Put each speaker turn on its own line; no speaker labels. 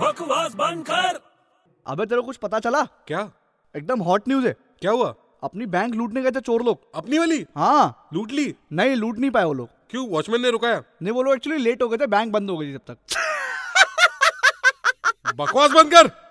बकवास बंद कर
अबे तेरे को कुछ पता चला
क्या
एकदम हॉट न्यूज है
क्या हुआ
अपनी बैंक लूटने गए थे चोर लोग
अपनी वाली
हाँ
लूट ली
नहीं लूट नहीं पाए वो लोग
क्यों वॉचमैन ने रुकाया
नहीं वो लोग एक्चुअली लेट हो गए थे बैंक बंद हो गई थी जब तक
बकवास बंद कर